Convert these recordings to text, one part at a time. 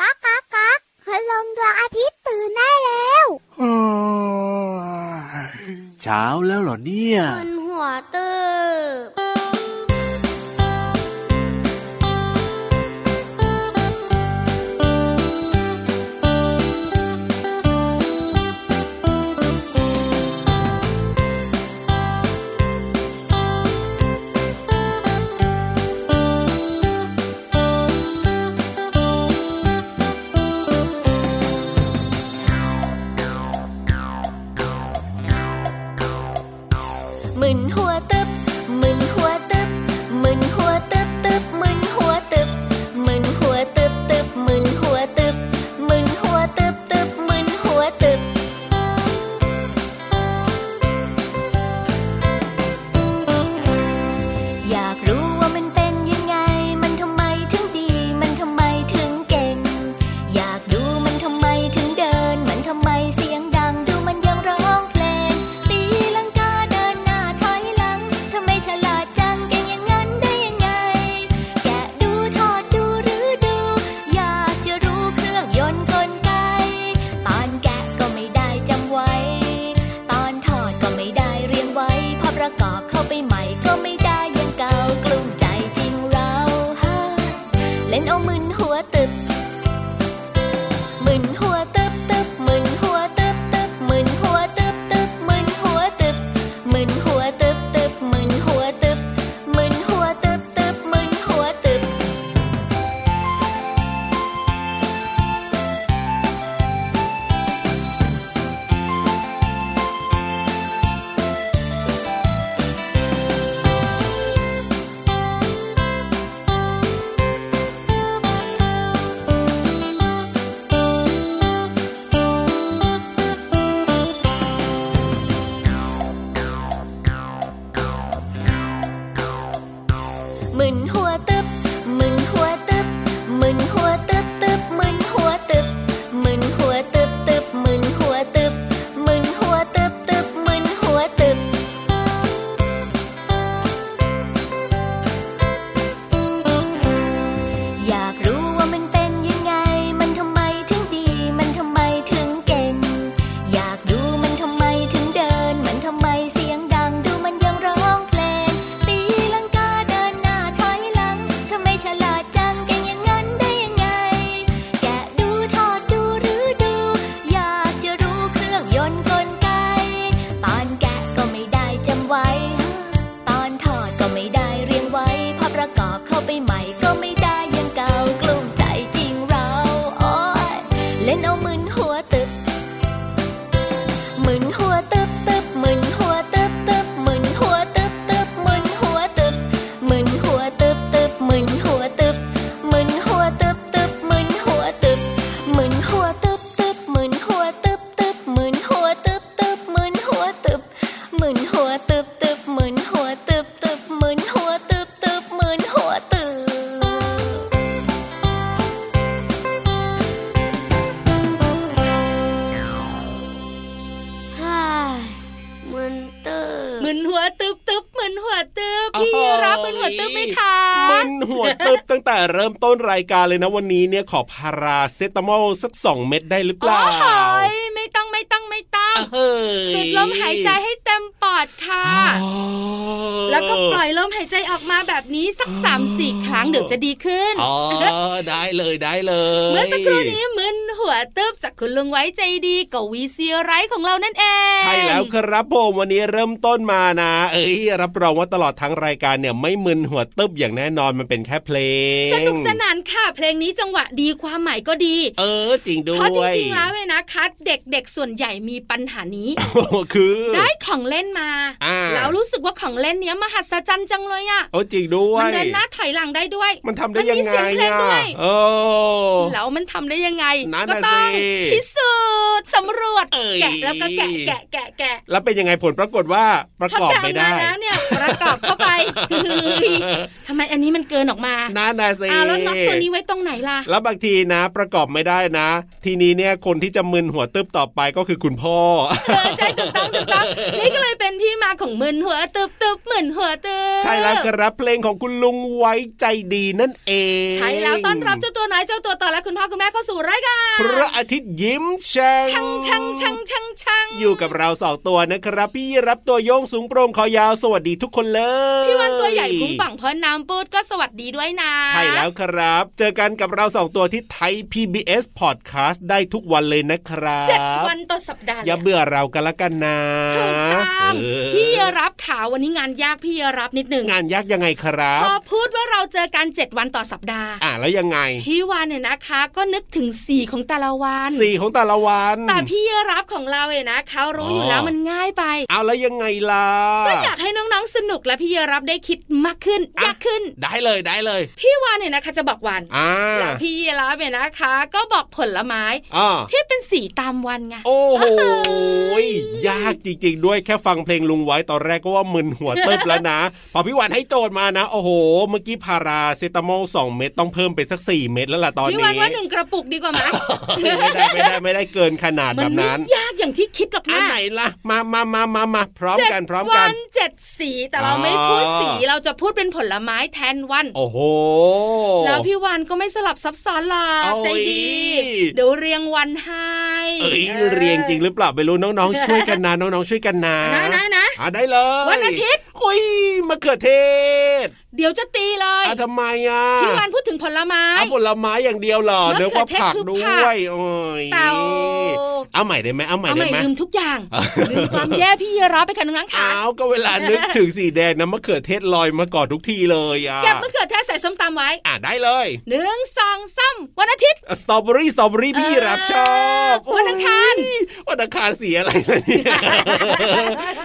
ก๊ากก๊ากก๊ากคืลงดวงอาทิตย์ตื่นได้แล้ว เช้าแล้วเหรอเนี่ย ตื่นหัวตื่ น มึนหัวตึบมึนหัวตึบมึนหัวตึบตึบมึนหัวตึบมึนหัวตึบตึบมึนหัวตึบมึนหัวตึบตึบมึนหัวตึบ อยากรู้ว่ามันเป็นยังไง มันทำไมถึงดี มันทำไมถึงเก่ง อยากดูมันทำไมถึงเดิน มันทำไมเสียงดัง ดูมันยังร้องเพลง ตีลังกาเดินหน้าถอยหลัง ทำไมฉลาดจังเก่งอย่างนั้นได้ยังไง แกะดูทอดดูหรือดู อยากจะรู้เครื่องยนต์กลไก ตอนแกะก็ไม่ได้จำไว้ ตอนถอดก็ไม่ได้เรียงไว้พอประกอบเข้าไปใหม่ก็ไม่ได้ยังเก่ากลุ้มใจจริงเราฮะเล่นเอามึนหัวตึบ มึนหัวตึบตึบมึนหัวตึบตึบมึนหัวตึบตึบมึนหัวตึบมึนหัวตึบตึบมึนหัวตึบมึนหัวตึบตึบมึนหัวตึบ มึนหัวตึบมึนหัวตึบมึนหัวตึบตึบมึนหัวตึบมึนหัวตึบตึบมึนหัวตึบมึนหัวตึบตึบมึนหัวตึบ อยากรู้ว่ามันเป็นยังไง มันทำไมถึงดี มันทำไมถึงเก่ง อยากดูมันทำไมถึงเดิน มันทำไมเสียงดัง ดูมันยังร้องเพลง ตีลังกาเดินหน้าถอยหลัง ทำไมฉลาดจังเก่งอย่างนั้นได้ยังไง แกะดูทอดดูหรือดู อยากจะรู้เครื่องยนต์กลไก ตอนแกะก็ไม่ได้จำไว้ ตอนถอดก็ไม่ได้เรียงไว้พอประกอบเข้าไปใหม่ก็ไม่ได้ยังเก่ากลุ้มใจจริงเราโอ้ยเล่นเอามึนหัวตึบ มึนหัวตึบตึบมึนหัวตึบตึบมึนหัวตึบตึบมึนหัวตึบมึนหัวตึบตึบมึนหัวตึบมึนหัวตึบตึบมึนหัวตึบมึนหัวตึบตึบมึนหัวตึบตึบมึนหัวตึบตึบมึนหัวตึบมึนหัวตึบตึบมึนหัวตึบตึบมึนหัวตึบตึบมึนหัวตึบ ฮ่ามันตื่น มึนหัวตึบตึบมึนหัวตึบ โอ้โห พี่ยีรับมึนหัวตึบไหมคะ มึนหัวตึบตั้งแต่เริ่มต้นรายการเลยนะวันนี้เนี่ยขอพาราเซตามอลสักสองเม็ดได้หรือเป โอ้ ล่า โหยไม่ต้องไม่ต้องไม่ต้อง เฮ้ย สูดลมหายใจให้เต็มปอดค่ะ อ๋อ แล้วก็ปล่อยลมหายใจออกมาแบบนี้สัก อ๋อ สามสี่ครั้งเดี๋ยวจะดีขึ้น อ๋อได้เลยได้เลย เมื่อสักครู่นี้มึนหัวตึบจากคุณลุงไว้ใจดีกับวีซีไรของเรานั่นเอง ใช่แล้วครับผมวันนี้เริ่มต้นมานะ เอ้ยรับรองว่าตลอดทั้งรายการเนี่ยไม่มึนหัวตึบอย่างแน่นอนมันเป็นแค่เพลง สนุกสนานค่ะ เพลงนี้จังหวะดีความหมายก็ดี เออจริงด้วย เพราะจริงๆแล้วเนี่ยนะคะเด็กๆส่วนใหญ่มีปัญหานี้ โอ้คือ ได้ของเล่นมา อ่า แล้วรู้สึกว่าของเล่นเนี้ยมหัศจรรย์จังเลยอะ่ะ โอ้จริงด้วย มันเดินหน้าถอยหลังได้ด้วย มันทำได้ยัง มันมี ไง เสียงเพลง อ่ะ ด้วย เออ แล้วมันทำได้ยังไง นั่นน่ะ ก็ต้อง สิ พิสูจน์ ดสำรวจ เอ้ย แกะแล้วก็แกะแกะแกะแกะ แล้วเป็นยังไงผลปรากฏว่าประ พอก อบ แกะอ ไม่ อกมา ได้ แล้วเนี่ยประกอบเข้าไป เฮ้ยทำไมอันนี้มันเกินออกมา น่านาเซ อ้าวแล้วน็อตตัวนี้ไว้ตรงไหนล่ะ แล้วบางทีนะประกอบไม่ได้นะ ทีนี้เนี่ยคนที่จะมึนหัวตึบต่อไปก็คือคุณพ่อ เออใช่ถูกต้องถูกต้องนี่ก็เลยเป็นที่มาของมึนหัวตึบตึบมึนหัวตึบ ใช่แล้วครับเพลงของคุณลุงไว้ใจดีนั่นเอง ใช่แล้วต้อนรับเจ้าตัวน้อยเจ้าตัวต่อและคุณพ่อคุณแม่เข้าสู่รายการ พระอาทิตย์ยิ้มแฉ่ ชังชังชังชังชัง อยู่กับเราสองตัวนะครับ พี่รับตัวโยงสูงโปร่งคอยาวสวัสดีทุกคนเลย พี่วันตัวใหญ่พุงป่องพอน้ำปูดก็สวัสดีด้วยนะ ใช่แล้วครับ เจอกันกับเราสองตัวที่ไทย PBS Podcast ได้ทุกวันเลยนะครับ เจ็ดวันต่อสัปดาห์ อย่าเบื่อเรากันละกันนะ ถูกต้อง เออ พี่รับขาววันนี้งานยากพี่รับนิดหนึ่ง งานยากยังไงครับ พอพูดว่าเราเจอกันเจ็ดวันต่อสัปดาห์ อ่ะแล้วยังไง พี่วันเนี่ยนะคะ ก็นึกถึงสีของแต่ละวัน สี่ของแต่ละวัน แต่พี่รับของเราเนี่ยนะเขารู้อยู่ อ๋อ แล้วมันง่ายไป เอาแล้วยังไงล่ะ ก็อยากให้น้องๆ สนุกและพี่รับได้คิดมากขึ้น อ่ะ ยากขึ้น ได้เลยได้เลย พี่วานเนี่ยนะคะจะบอกวัน อ่า แล้วพี่รับเนี่ยนะคะ ก็บอกผลไม้ อ่า ที่เป็นสีตามวันไง โอ้โหยยากจริงๆ ด้วยแค่ฟังเพลงลุงไว้ตอนแรกก็ว่ามึนหัวเติบแล้ว นะ พอพี่วันให้โจทย์มานะ โอ้โห เมื่อกี้พาราเซตามอลสองเม็ดต้องเพิ่มไปสักสี่เม็ดแล้วล่ะตอน พี่ นี้ วานว่าหนึ่งกระปุกดีกว่าไหม ไม่ได้ไม่ได้ไม่ได้เกินขนาด มั แบบ ไม่ นั้น ยากอย่างที่คิดหรอก อัน นะ ไหนล่ะ มามามามามาพร้อม เจ็ด กันพร้อม วั กัน นเจ็ดสีแต่เรา อ๋อ ไม่พูดสีเราจะพูดเป็นผลไม้แทนวัน โอ้โห แล้วพี่วานก็ไม่สลับซับซ้อนหรอก โอ้ย ใจดี เดี๋ยวเรียงวันให้ เอ้ยเรียงจริงหรือเปล่าไม่รู้น้องๆ ช่วยกันนะน้องๆช่วยกันนะ นะนะนะ อ่ะได้เลย วันอาทิตย์ อุ้ยมะเขือเทศ เดี๋ยวจะตีเลย อ่ะทำไมอ่ะ พี่วานพูดถึงผลไม้ เอาผลไม้อย่างเดียวเหรอ มะเขือ เดี๋ยวว่าผัก เทศคือ ด้ ผัก วยโอ้ย เต่า เอาใหม่ได้ไหมเอาใหม่ เอาให ได้ ม่ ไหม ลืมทุกอย่าง เออ ลืมความแย่พี่รับไปกันนังขา อ้าวก็เวลานึกถึงสีแดงนะมะเขือเทศลอยมาก่อนทุกทีเลยอ่ะ เก็บมะเขือเทศใส่ส้มตำไว้ อ่ะได้เลย หนึ่งสองสามวันอาทิตย์ สตรอเบอรี่สตรอเบอรี่ เออ พี่รับชอบ วันอังคาร โอ้ยวันอังคารสีอะไรล่ะเนี่ย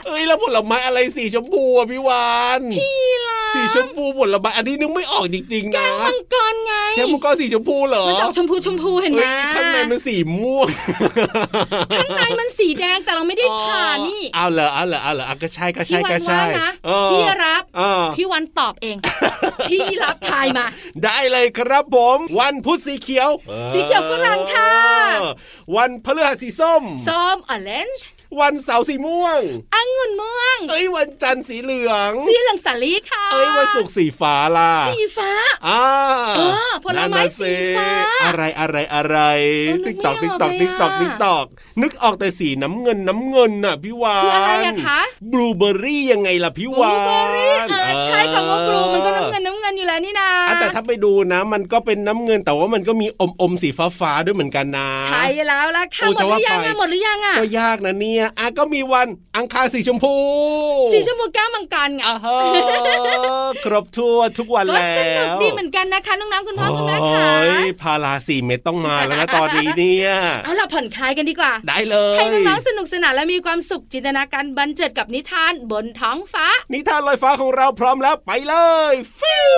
เอ้ยแล้วผลไม้อะไรสีชมพูอ่ะพี่วาน พี่รั สีช บ มพูผลไม้อันนี้นึกไม่ออกจริงๆ แก นะ งมังกรไง แค่มังกรสีชมพูเหรอ มันจะออกชมพูชมพูเห็นไหม เฮ้ยข้างในมันสีม่วง ข้างในมันสีแดงแต่เราไม่ได้ผ่านี่ เอาเหรอเอาเหรอเอาเหรออ่ะก็ใช่ก็ พี่ ใช่ วั ก็ นว่า ใช่ นะ เออ พี่รับ เออ พี่วันตอบเอง พี่รับทายมา ได้เลยครับผม วันพุธสีเขียว สีเขียวฝรั่งค่ะ เออวันพฤหัสสีส้ม ส้มออเรนจ์ วันเสาร์สีม่วง องุ่นม่วง เอ้ยวันจันทร์สีเหลือง สีเหลืองสาลีค่ะ เอ้ยวันศุกร์สีฟ้าล่ะ สีฟ้า อ่า เออผลนั่นไม้น่ะ สีฟ้า อะไรอะไรอะไร เออนึ ติ๊ ก ก ไม่ ตอกติ๊กตอก ออติ๊กตอกกเลยอะ ติ๊กตอก นึกออกแต่สีน้ำเงินน้ำเงินน่ะพี่วาน คืออะไรอะคะ บลูเบอร์รี่ยังไงล่ะพี่ บ วา ลู น เบอร์รี่เออใช่คำว่าบลูมันก็น้ำเงิน น น้ำเงินอยู่แล้วนี่นะ แต่ถ้าไปดูนะ มันก็เป็นน้ำเงินแต่ว่ามันก็มีอมอมๆสีฟ้าฟ้าๆด้วยเหมือนกันนะ ใช่แล้วล่ะค่ะ โอ้ หมด จะ หรื ว่า อยัง ไป อะหมดหรือยังอะ ก็ยากนะเนี่ยอ่ะก็มีวันอังคารสีชมพู สีชมพูแก้วมังกรไง อ่าฮะ ครบทั่วนทุกวัน ก็ แล้ว สนุกดีเหมือนกันนะคะน้องๆคุณพ่อคุณแม่ โ ค่ะ อ้ยพาราสีเม็ดต้องมาแล้ว นะตอนนี้เนี่ย เอาล่ะผ่อนคลายกันดีกว่า ได้เลย ให้น้องๆสนุกสนานและมีความสุขจินตนาการบันเจิดกับนิทานบนท้องฟ้า นิทานลอยฟ้าของเราพร้อมแล้วไปเลย ฟิว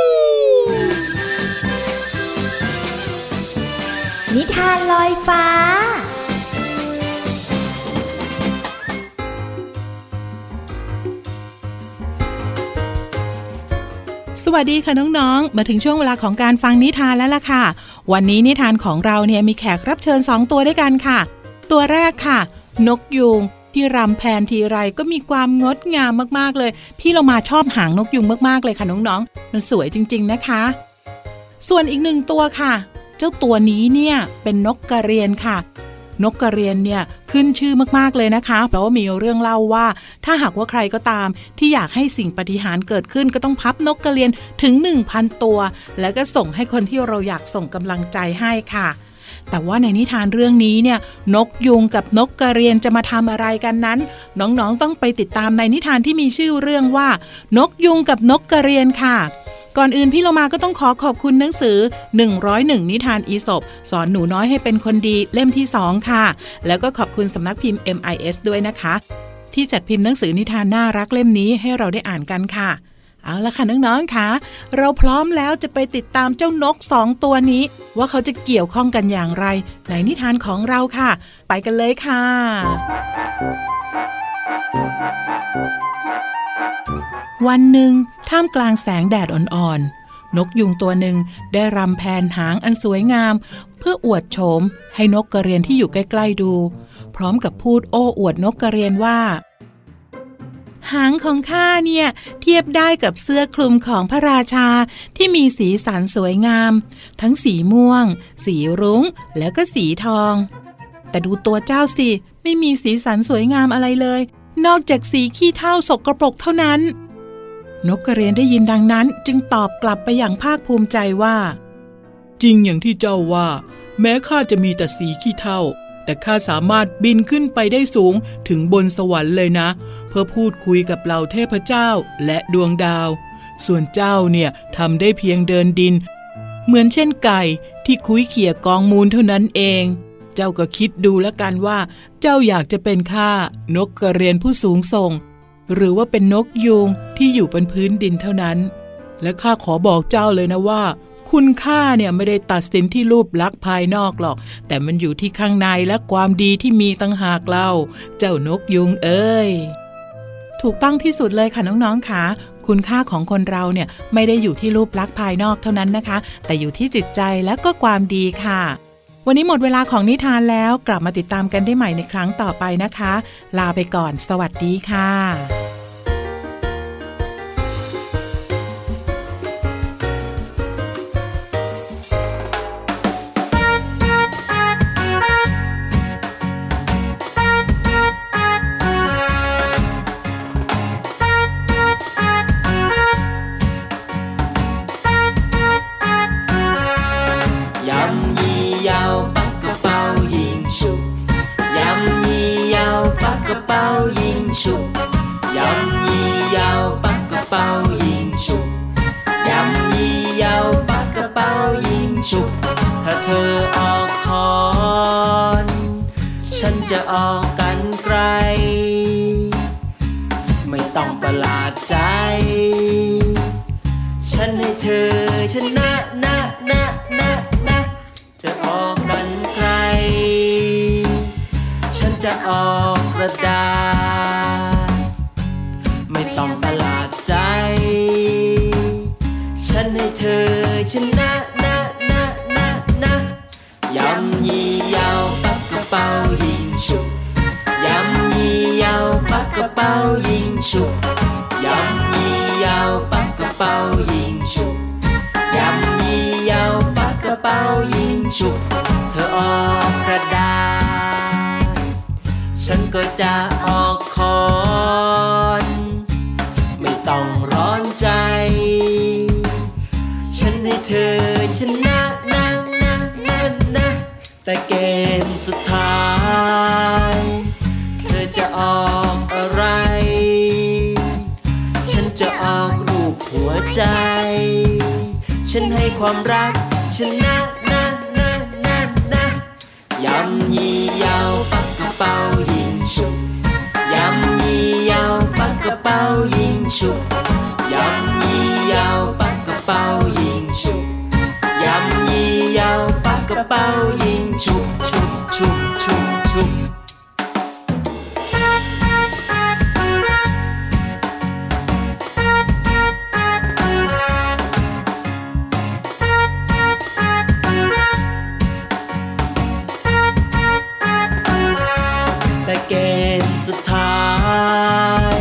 นิทานลอยฟ้า สวัสดีค่ะน้องๆ มาถึงช่วงเวลาของการฟังนิทานแล้วล่ะค่ะ วันนี้นิทานของเราเนี่ยมีแขกรับเชิญ 2 ตัวด้วยกันค่ะ ตัวแรกค่ะ นกยูงที่รำแพนทีไรก็มีความงดงามมากๆเลย พี่เรามาชอบหางนกยูงมากๆเลยค่ะน้องๆ มันสวยจริงๆนะคะ ส่วนอีกหนึ่งตัวค่ะ เจ้าตัวนี้เนี่ยเป็นนกกระเรียนค่ะ นกกระเรียนเนี่ยขึ้นชื่อมากๆเลยนะคะ เพราะว่ามีเรื่องเล่าว่า ถ้าหากว่าใครก็ตาม ที่อยากให้สิ่งปฏิหารย์เกิดขึ้นก็ต้องพับนกกระเรียนถึง 1,000 ตัว แล้วก็ส่งให้คนที่เราอยากส่งกำลังใจให้ค่ะ แต่ว่าในนิทานเรื่องนี้เนี่ยนกยุงกับนกกระเรียนจะมาทำอะไรกันนั้น น้องๆต้องไปติดตามในนิทานที่มีชื่อเรื่องว่า นกยุงกับนกกระเรียนค่ะ ก่อนอื่นพี่โลมาก็ต้องขอขอบคุณหนังสือ 101 นิทานอีสบสอนหนูน้อยให้เป็นคนดีเล่มที่ 2 ค่ะ แล้วก็ขอบคุณสำนักพิมพ์ MIS ด้วยนะคะ ที่จัดพิมพ์หนังสือนิทานน่ารักเล่มนี้ให้เราได้อ่านกันค่ะ เอาละค่ะน้องๆค่ะเราพร้อมแล้วจะไปติดตามเจ้านกสองตัวนี้ ว่าเขาจะเกี่ยวข้องกันอย่างไร ในนิทานของเราค่ะ ไปกันเลยค่ะ วันหนึ่งท่ามกลางแสงแดดอ่อนๆ นกยุงตัวหนึ่งได้รำแผนหางอันสวยงาม เพื่ออวดโฉมให้นกกระเรียนที่อยู่ใกล้ๆดู พร้อมกับพูดโอ้อวดนกกระเรียนว่า หางของข้าเนี่ย เทียบได้กับเสื้อคลุมของพระราชาที่มีสีสันสวยงาม ทั้งสีม่วง สีรุง้ง แล้วก็สีทอง แต่ดูตัวเจ้าสิ ไม่มีสีสันสวยงามอะไรเลย นอกจากสีขี้เท่าสกกระปรกเท่านั้น นกกระเรียนได้ยินดังนั้นจึงตอบกลับไปอย่างภาคภูมิใจว่า จริงอย่างที่เจ้าว่า แม้ข้าจะมีแต่สีขี้เท่า แต่ข้าสามารถบินขึ้นไปได้สูงถึงบนสวรรค์เลยนะ เพื่อพูดคุยกับเหล่าเทพเจ้าและดวงดาว ส่วนเจ้าเนี่ยทำได้เพียงเดินดิน เหมือนเช่นไก่ที่คุยเขี่ยกองมูลเท่านั้นเอง เจ้าก็คิดดูแล้วกันว่า เจ้าอยากจะเป็นข้านกกระเรียนผู้สูงส่ง หรือว่าเป็นนกยูงที่อยู่บนพื้นดินเท่านั้น และข้าขอบอกเจ้าเลยนะว่า คุณค่าเนี่ยไม่ได้ตัดสินที่รูปลักษณ์ภายนอกหรอก แต่มันอยู่ที่ข้างในและความดีที่มีตั้งหากเล่า เจ้านกยุงเอ้ย ถูกต้องที่สุดเลยค่ะน้องๆค่ะคุณค่าของคนเราเนี่ยไม่ได้อยู่ที่รูปลักษณ์ภายนอกเท่านั้นนะคะ แต่อยู่ที่จิตใจและก็ความดีค่ะ วันนี้หมดเวลาของนิทานแล้วกลับมาติดตามกันได้ใหม่ในครั้งต่อไปนะคะ ลาไปก่อน สวัสดีค่ะ ยำยี่ยาวปักกระเป๋ายิงฉุบยำยี่ยาวปักกระเป๋ายิงฉุบยำยี่ยาวปักกระเป๋ายิงฉุบยำยี่ยาวปักกระเป๋ายิงฉุบถ้าเธอออกคอนฉันจะออกกันไกล ไม่ต้องประหลาดใจ ฉันให้เธอชนะนะนะนะนะ จะออกกันไกล ฉันจะออกกระดาษ ไม่ต้องประหลาดใจ ฉันให้เธอชนะนะนะนะนะยำยี่ยาวปักกระเป๋ายิงฉุบยำยี่ยาวปักกระเป๋ายิงฉุบยำยี่ยาวปักกระเป๋ายิงฉุบยำยี่ยาวปักกระเป๋ายิงฉุบเธอออกกระดาษ ฉันก็จะออกคอน ไม่ต้องร้อนใจ ฉันให้เธอชนะนะนะนะนะแต่เกมสุดท้าย เธอจะออกอะไร ฉันจะออกรูปหัวใจ ฉันให้ความรักชนะนะนะนะนะยำยี่ยาวปักกระเป๋ายิงฉุบยำยี่ยาวปักกระเป๋ายิงฉุบยำยี่ยาวปักกระเป๋ายิงฉุบยำยี่ยาวปักกระเป๋ายิงฉุบฉุบฉุบฉุบฉุบ แต่เกมสุดท้าย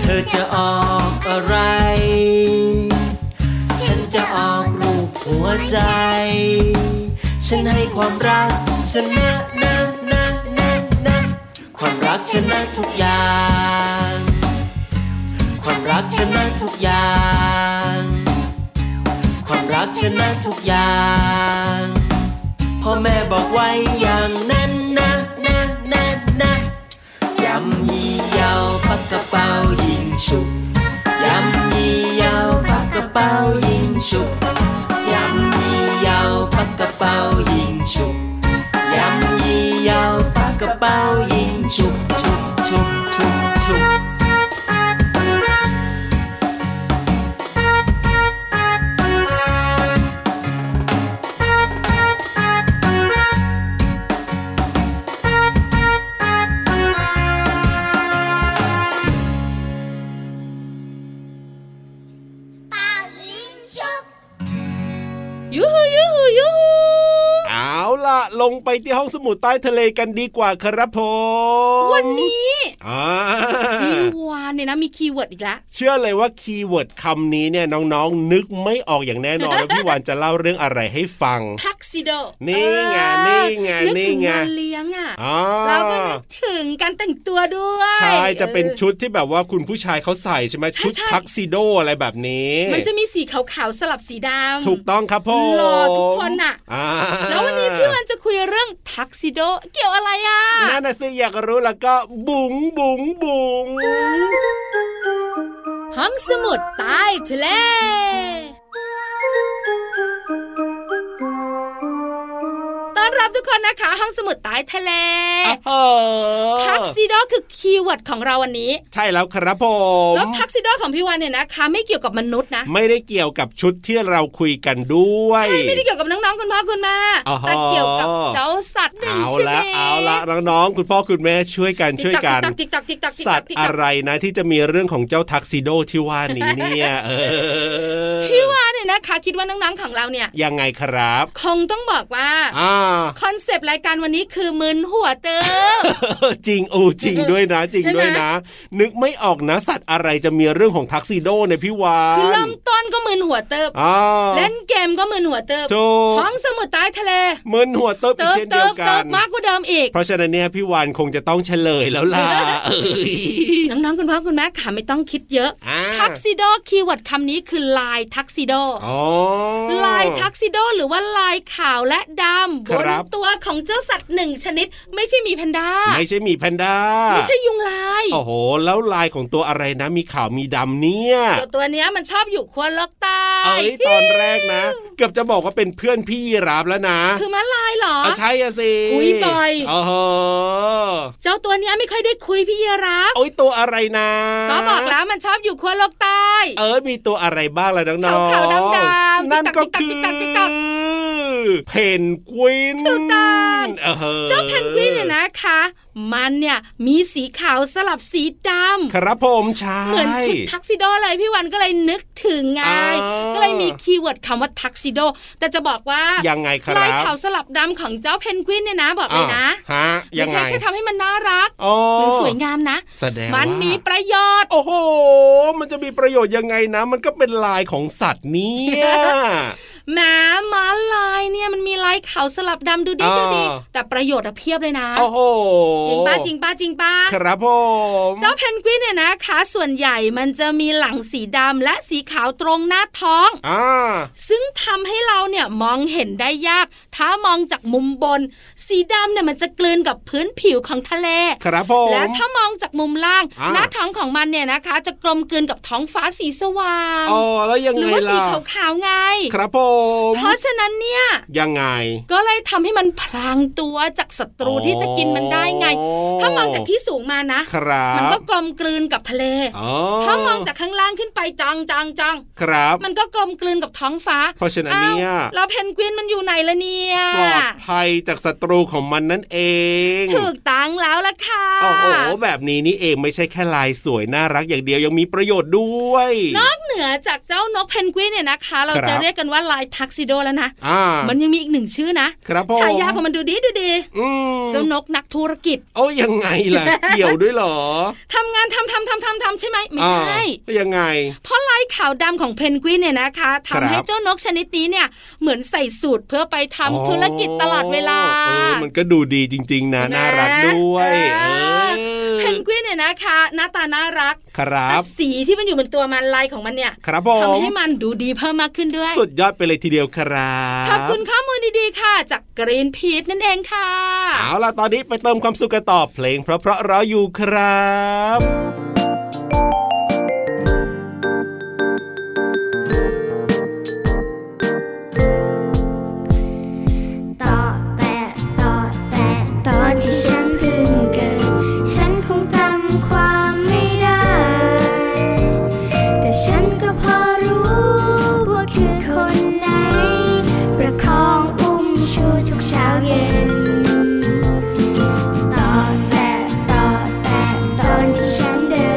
เธอจะออกอะไร ฉันจะออกรูปหัวใจ ฉันให้ความรักชนะนะนะนะนะความรักชนะทุกอย่าง ความรักชนะทุกอย่าง ความรักชนะทุกอย่าง พ่อแม่บอกไว้อย่างนั้นนะนะนะนะยำยี่ยาวปักกระเป๋ายิงฉุบยำยี่ยาวปักกระเป๋ายิงฉุบยำยี่ยาวปักกระเป๋ายิงฉุบยำยี่ยาวปักกระเป๋ายิงฉุบฉุบฉุบฉุบฉุบ ละลงไปที่ห้องสมุดใต้ทะเลกันดีกว่าครับผม วันนี้ อ่า พี่วานเนี่ยนะมีคีย์เวิร์ดอี กแล้ว เชื่อเลยว่าคีย์เวิร์ดคำนี้เนี่ยน้องๆ นึกไม่ออกอย่างแน่นอนว่าพี่วานจะเล่าเรื่องอะไรให้ฟัง ทักซิโด นี่ไงนี่ไง นึกถึนี่งไง งานเลี้ยงอ่ะ อ่า แล้วก็นึกถึงการแต่งตัวด้วย ใช่ จะเป็น ออ ชุดที่แบบว่าคุณผู้ชายเขาใส่ใช่ไหม ใช่ ชุด ใช่ ทักซิโดอะไรแบบนี้ มันจะมีสีขาวๆสลับสีดำ ถูกต้องครับพ่อ หล่อทุกคนน่ะ า แล้ววันนี้พี่วันจะคุยเรื่องทักซิโดเกี่ยวอะไรอ่ะ นั่นนะสิอยากรู้แล้วก็บุ๋งบุ๋งบุ๋ง ห้องสมุดใต้ทะเล ต้อนรับทุกคนนะคะ ห้องสมุดใต้ทะเล เออ ทักซิโดคือคีย์เวิร์ดของเราวันนี้ ใช่แล้วครับผม แล้วทักซิโดของพี่วันเนี่ยนะคะ ไม่เกี่ยวกับมนุษย์นะ ไม่ได้เกี่ยวกับชุดที่เราคุยกันด้วย ใช่ไม่ได้เกี่ยวกับน้องๆคุณพ่อคุณแม่ อ๋อ แต่เกี่ยวกับเจ้าสัตว์หนึ่ง เอา ชนิด ละเอาละน้องๆคุณพ่อคุณแม่ช่วยกันช่วยกัน ติ๊กตักติ๊กตักติ๊ก สั ตั ต ก ว์ ติ๊กตักอะติ๊กตัก ไรนะที่จะมีเรื่องของเจ้าทักซิโดที่ว่านี้เนี่ยเออ พี่วันเนี่ยนะคะ คิดว่าน้องๆของเราเนี่ย ยังไงครับ คงต้องบอกว่า อ่า คอนเซปต์รายการวันนี้คือมึนหัวเติม จริงโอ้จริงด้วย นะ จริง ใช่ไหม ด้วยนะ นึกไม่ออกนะสัตว์อะไรจะมีเรื่องของทักซิโดเนี่ยพี่วา คือเริ่ น มต้นก็มึนหัวเติบ อ่า เล่นเกมก็มึนหัวเติบ ถูก ท้องสมุทรใต้ทะเล เหมือนหัวเติบอี เติ ก บ เช่น เติ เดียว บ กั เติ น บมากกว่าเดิมอีก เพราะฉะนั้นเนี่ยพี่วานคงจะต้องเฉลยแล้ว ล่ะเอ้ย น้องๆคุณพ่อคุณแม่ค่ะไม่ต้องคิดเยอะ อ่า ทักซิโดคีย์เวิร์ดคำนี้คือลายทักซิโด อ๋อ ลายทักซิโดหรือว่าลายขาวและดำบน ครับ ตัวของเจ้าสัตว์หนึ่งชนิด ไม่ใช่หมีแพนด้า ไม่ใช่หมีแพนด้า ไม่ใช่ยุงลาย โอ้โห แล้วลายของตัวอะไรนะ มีขาวมีดำเนี่ย เจ้าตัวเนี้ยมันชอบอยู่ขั้วโลกใต้ เอ้ยตอนแรกนะ เกือบจะบอกว่าเป็นเพื่อนพี่ยีราฟแล้วนะ คือม้าลายเหรอ อ่ะใช่อะสิ อุ๊ยบอย โอ้โห เจ้าตัวเนี้ยไม่ค่อยได้คุยพี่ยีรับ โอ้ยตัวอะไรนะ ก็บอกแล้วมันชอบอยู่ขั้วโลกใต้ เออมีตัวอะไรบ้างล่ะน้องๆ ขาวๆดำๆ นั่นก็คือ ติ๊กตักติ๊กตักติ๊กตัก เพนกวิน ถูกต้อง เออ เจ้าเพนกวินเนี่ยนะคะ มันเนี่ยมีสีขาวสลับสีดำ ครับผมใช่ เหมือนชุดทักซิโดเลยพี่วันก็เลยนึกถึงไง า ก็เลยมีคีย์เวิร์ดคำว่าทักซิโดแต่จะบอกว่า ยังไงครับ ลายขาวสลับดำของเจ้าเพนกวินเนี่ยนะบอกเลยนะ อ่าฮะยังไม่ไง ใช่แค่ทำให้มันน่ารัก อ๋อ หรือสวยงามนะ แสดง มัน ว่า มีประโยชน์ โอ้โห มันจะมีประโยชน์ยังไงนะ มันก็เป็นลายของสัตว์เนี่ย แหมม้าลายเนี่ยมันมีลายขาวสลับดำดูดี อ่า ดูดี แต่ประโยชน์อะเพียบเลยนะ โอ้โห จริงป้าจริงป้าจริงป้า ครับผม เจ้าเพนกวินเนี่ยนะคะส่วนใหญ่มันจะมีหลังสีดำและสีขาวตรงหน้าท้อง อ่า ซึ่งทำให้เราเนี่ยมองเห็นได้ยาก ถ้ามองจากมุมบน สีดำเนี่ยมันจะกลืนกับพื้นผิวของทะเล ครับผม และถ้ามองจากมุมล่าง อ่า หน้าท้องของมันเนี่ยนะคะ จะกลมกลืนกับท้องฟ้าสีสว่าง อ๋อแล้วยัง หรื ไง ว่าสี ล่ะ ขาวๆไง ครับผม เพราะฉะนั้นเนี่ย ยังไง ก็เลยทำให้มันพลางตัวจากศัตรูที่จะกินมันได้ไง ถ้ามองจากที่สูงมานะ ครับ มัก็กลมกลืนกับทะเล อ๋อ ถ้ามองจากข้างล่างขึ้นไปจังจังจัง ครับ มันก็กลมกลืนกับท้องฟ้า เพราะฉะนั้นเนี่ย อ้าวแล้วเพนกวินมันอยู่ไหนละเนี่ย ปลอดภัยจากศัตรูของมันนั่นเอง ถูกตังแล้วล่ะค่ะ โอ้โหแบบนี้นี่เองไม่ใช่แค่ลายสวยน่ารักอย่างเดียวยังมีประโยชน์ด้วย นอกเหนือจากเจ้านกเพนกวินเนี่ยนะคะ เรา ครับ จะเรียกกันว่าลายทักซิโดแล้วนะ อ่า มันยังมีอีกหนึ่งชื่อนะครับ ผม ฉายาของมันดูดีดูดี อืม เจ้านกนักธุรกิจ โอ้ยังไง ล่ะ เกี่ยวด้วยเหรอ ทำงานทำทำทำทำทำใช่ไหมไม่ใช่ อ่ายังไง เพราะลายขาวดำของเพนกวินเนี่ยนะคะทำให้ ครับ เจ้านกชนิดนี้เนี่ย เหมือนใส่สูตรเพื่อไปทำ อ๋อ ธุรกิจตลอดเวลา เออมันก็ดูดีจริง ๆ นะ เห็นไหม น่ารักด้วย เอ เอ อ อ เพนกวินเนี่ยนะคะ หน้าตาน่ารัก ครั แต่ บ สีที่มันอยู่บนตัวมันลายของมันเนี่ย ครับผม ทำให้มันดูดีเพิ่มมากขึ้นด้วย สุดยอดไปเลยทีเดียวครับ ขอบคุณข้อมูลดีๆค่ะ จากกรีนพีทนั่นเองค่ะ เอาล่ะ ตอนนี้ไปเติมความสุขกันต่อเพลง เพราะๆรออยู่ครับ ต่อแต่ต่อแต่ตอนที่ฉันเพิ่งเกิด ฉันคงจำความไม่ได้ แต่ฉันก็พอรู้ว่าคือคนไหน ประคองอุ้มชูทุกเช้าเย็น ต่อแต่ต่อแต่ตอนที่ฉันเดิ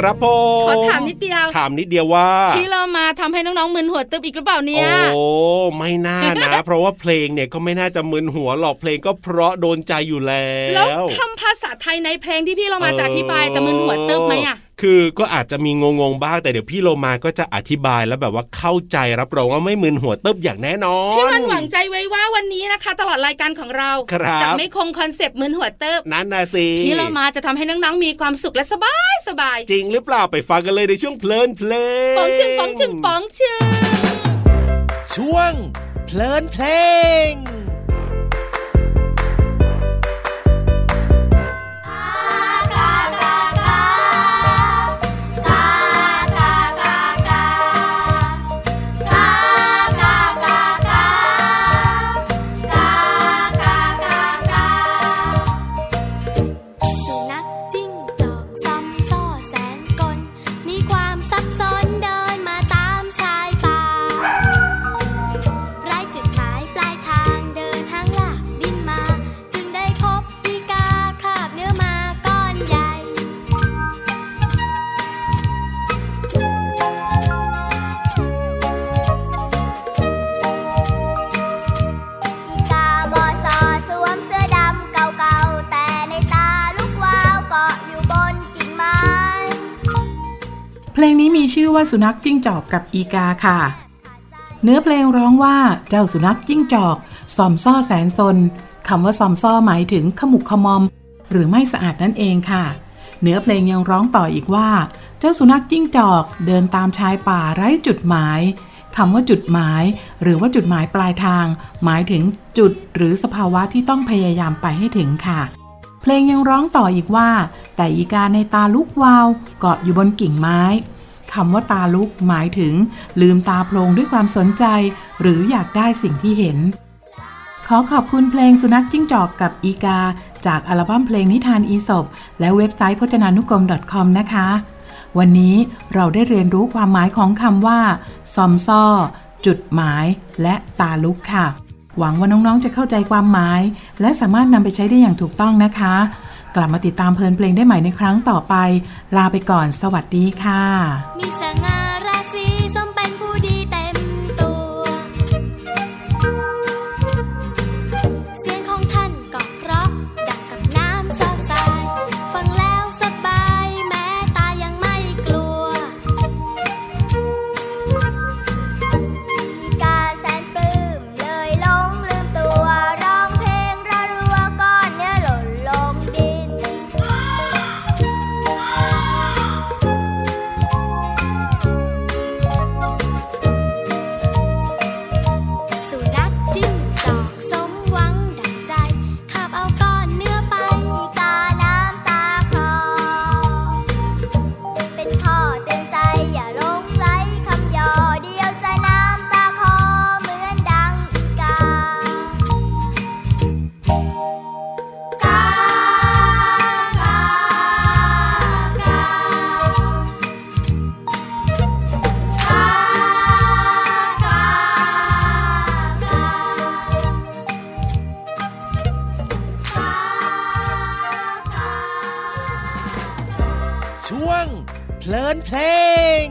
ครับผม ขอถามนิดเดียว ถามนิดเดียวว่า พี่เรามาทำให้น้องๆมึนหัวตึบอีกหรือเปล่าเนี่ย โอ้ ไม่น่านะ เพราะว่าเพลงเนี่ยก็ไม่น่าจะมึนหัวหรอกเพลงก็เพราะโดนใจอยู่แล้ แล้ว ว คำภาษาไทยในเพลงที่พี่เรามาจะอธิบายจะมึนหัวตึบไหมอ่ะ คือก็อาจจะมีงงๆบ้างแต่เดี๋ยวพี่โลมาก็จะอธิบายแล้วแบบว่าเข้าใจรับรองว่าไม่มึนหัวเติบอย่างแน่นอน พี่วันหวังใจไว้ว่าวันนี้นะคะ ตลอดรายการของเรา ครับ จะไม่คงคอนเซปต์มึนหัวเติบ นั่นนะสิ พี่เรามาจะทำให้น้องๆมีความสุขและสบายสบาย จริงหรือเปล่าไปฟังกันเลยในช่วงเพลินเพลง ป๋องชึงป๋องชึงป๋องชึง ช่วงเพลินเพลง สุนัขจิ้งจอกซอมซ่อแสนกลมีความซับซ้อนเดินมาตามชายป่าไร้จุดหมายปลายทางเดินทางลากดินมา จึงได้พบปีกาคาบเนื้อมาก้อนใหญ่ อีกาบอสอสวมเสื้อดำเก่าๆ แต่ในตาลูกวาวเกาะอยู่บนกิ่งไม้ เพลงนี้มีชื่อว่าสุนัขจิ้งจอกกับอีกาค่ะ เนื้อเพลงร้องว่าเจ้าสุนัขจิ้งจอกซอมซ่อแสนซนคำว่าซอมซ่อหมายถึงขมุกขมอม หรือไม่สะอาดนั่นเองค่ะ เนื้อเพลงยังร้องต่ออีกว่า เจ้าสุนัขจิ้งจอกเดินตามชายป่าไร้จุดหมายคำว่าจุดหมาย หรือว่าจุดหมายปลายทาง หมายถึงจุดหรือสภาวะที่ต้องพยายามไปให้ถึงค่ะ เพลงยังร้องต่ออีกว่า แต่อีกาในตาลุกวาวเกาะอยู่บนกิ่งไม้คำว่าตาลุกหมายถึง ลืมตาโพลงด้วยความสนใจ หรืออยากได้สิ่งที่เห็น ขอขอบคุณเพลงสุนัขจิ้งจอกกับอีกา จากอัลบั้มเพลงนิทานอีสบและเว็บไซต์พจนานุกรม .com นะคะ วันนี้เราได้เรียนรู้ความหมายของคำว่า ซอมซ่อ จุดหมาย และตาลุกค่ะ หวังว่าน้องๆ จะเข้าใจความหมาย และสามารถนำไปใช้ได้อย่างถูกต้องนะคะ กลับมาติดตามเพลินเพลงได้ใหม่ในครั้งต่อไป ลาไปก่อน สวัสดีค่ะ มีสง่าราศีสมเป็นผู้ดีเต็มตัว เสียงของท่านก็เพราะดังกับน้ำซอสาย ฟังแล้วสบายแม้ตายังไม่กลัว อีกาแสนปลื้มเลยหลงลืมตัว ร้องเพลงระรัวก้อนเนื้อหล่นลงดิน สุนัขจิ้งจอกสมหวังดังใจคาบเอาก้อนเนื้อไป อีกาน้ำตาคลอเป็นพ่อเตือนใจอย่าหลงไหลคำยอเดียวจะน้ำตาคลอเหมือนดังอีกา กากากากากากา ช่วงเพลินเพลง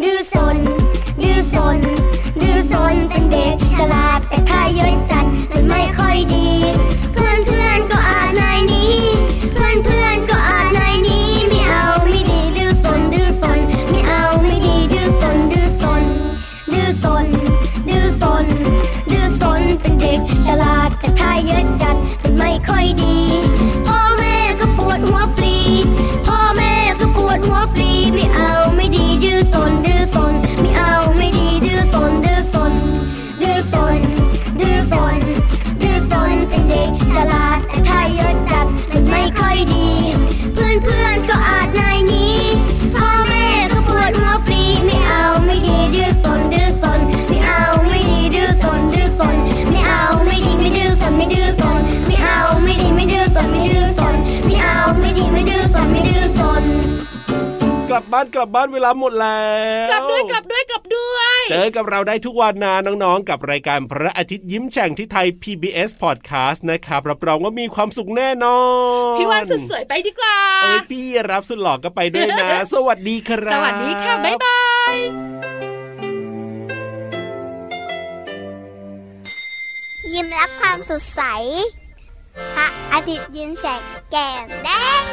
ดื้อสน ดื้อสน ดื้อสนเป็นเด็กฉลาดแต่ถ้าเยอะจัดมันไม่ค่อยดี เพื่อนเพื่อนๆก็อาจนายหนี้ เพื่อนเพื่อนๆก็อาจนายหนี้ไม่เอาไม่ดีดื้อสนดื้อสนไม่เอาไม่ดีดื้อสนดื้อสน ลับบ้านกลับบ้านเวลาหมดแล้ว กลับด้วยกลับด้วยกลับด้วย เจอกับเราได้ทุกวันนะน้องๆ กับรายการพระอาทิตย์ยิ้มแฉ่งที่ไทย PBS Podcast นะครับรับรองว่ามีความสุขแน่นอน พี่วันสุดสวยไปดีกว่า เอ้ยพี่รับสุดหล่อก็ไปด้วยนะ สวัสดีครับ สวัสดีค่ะ บ๊ายบาย ยิ้มรับความสดใส พระอาทิตย์ยิ้มแฉกแก้มแดง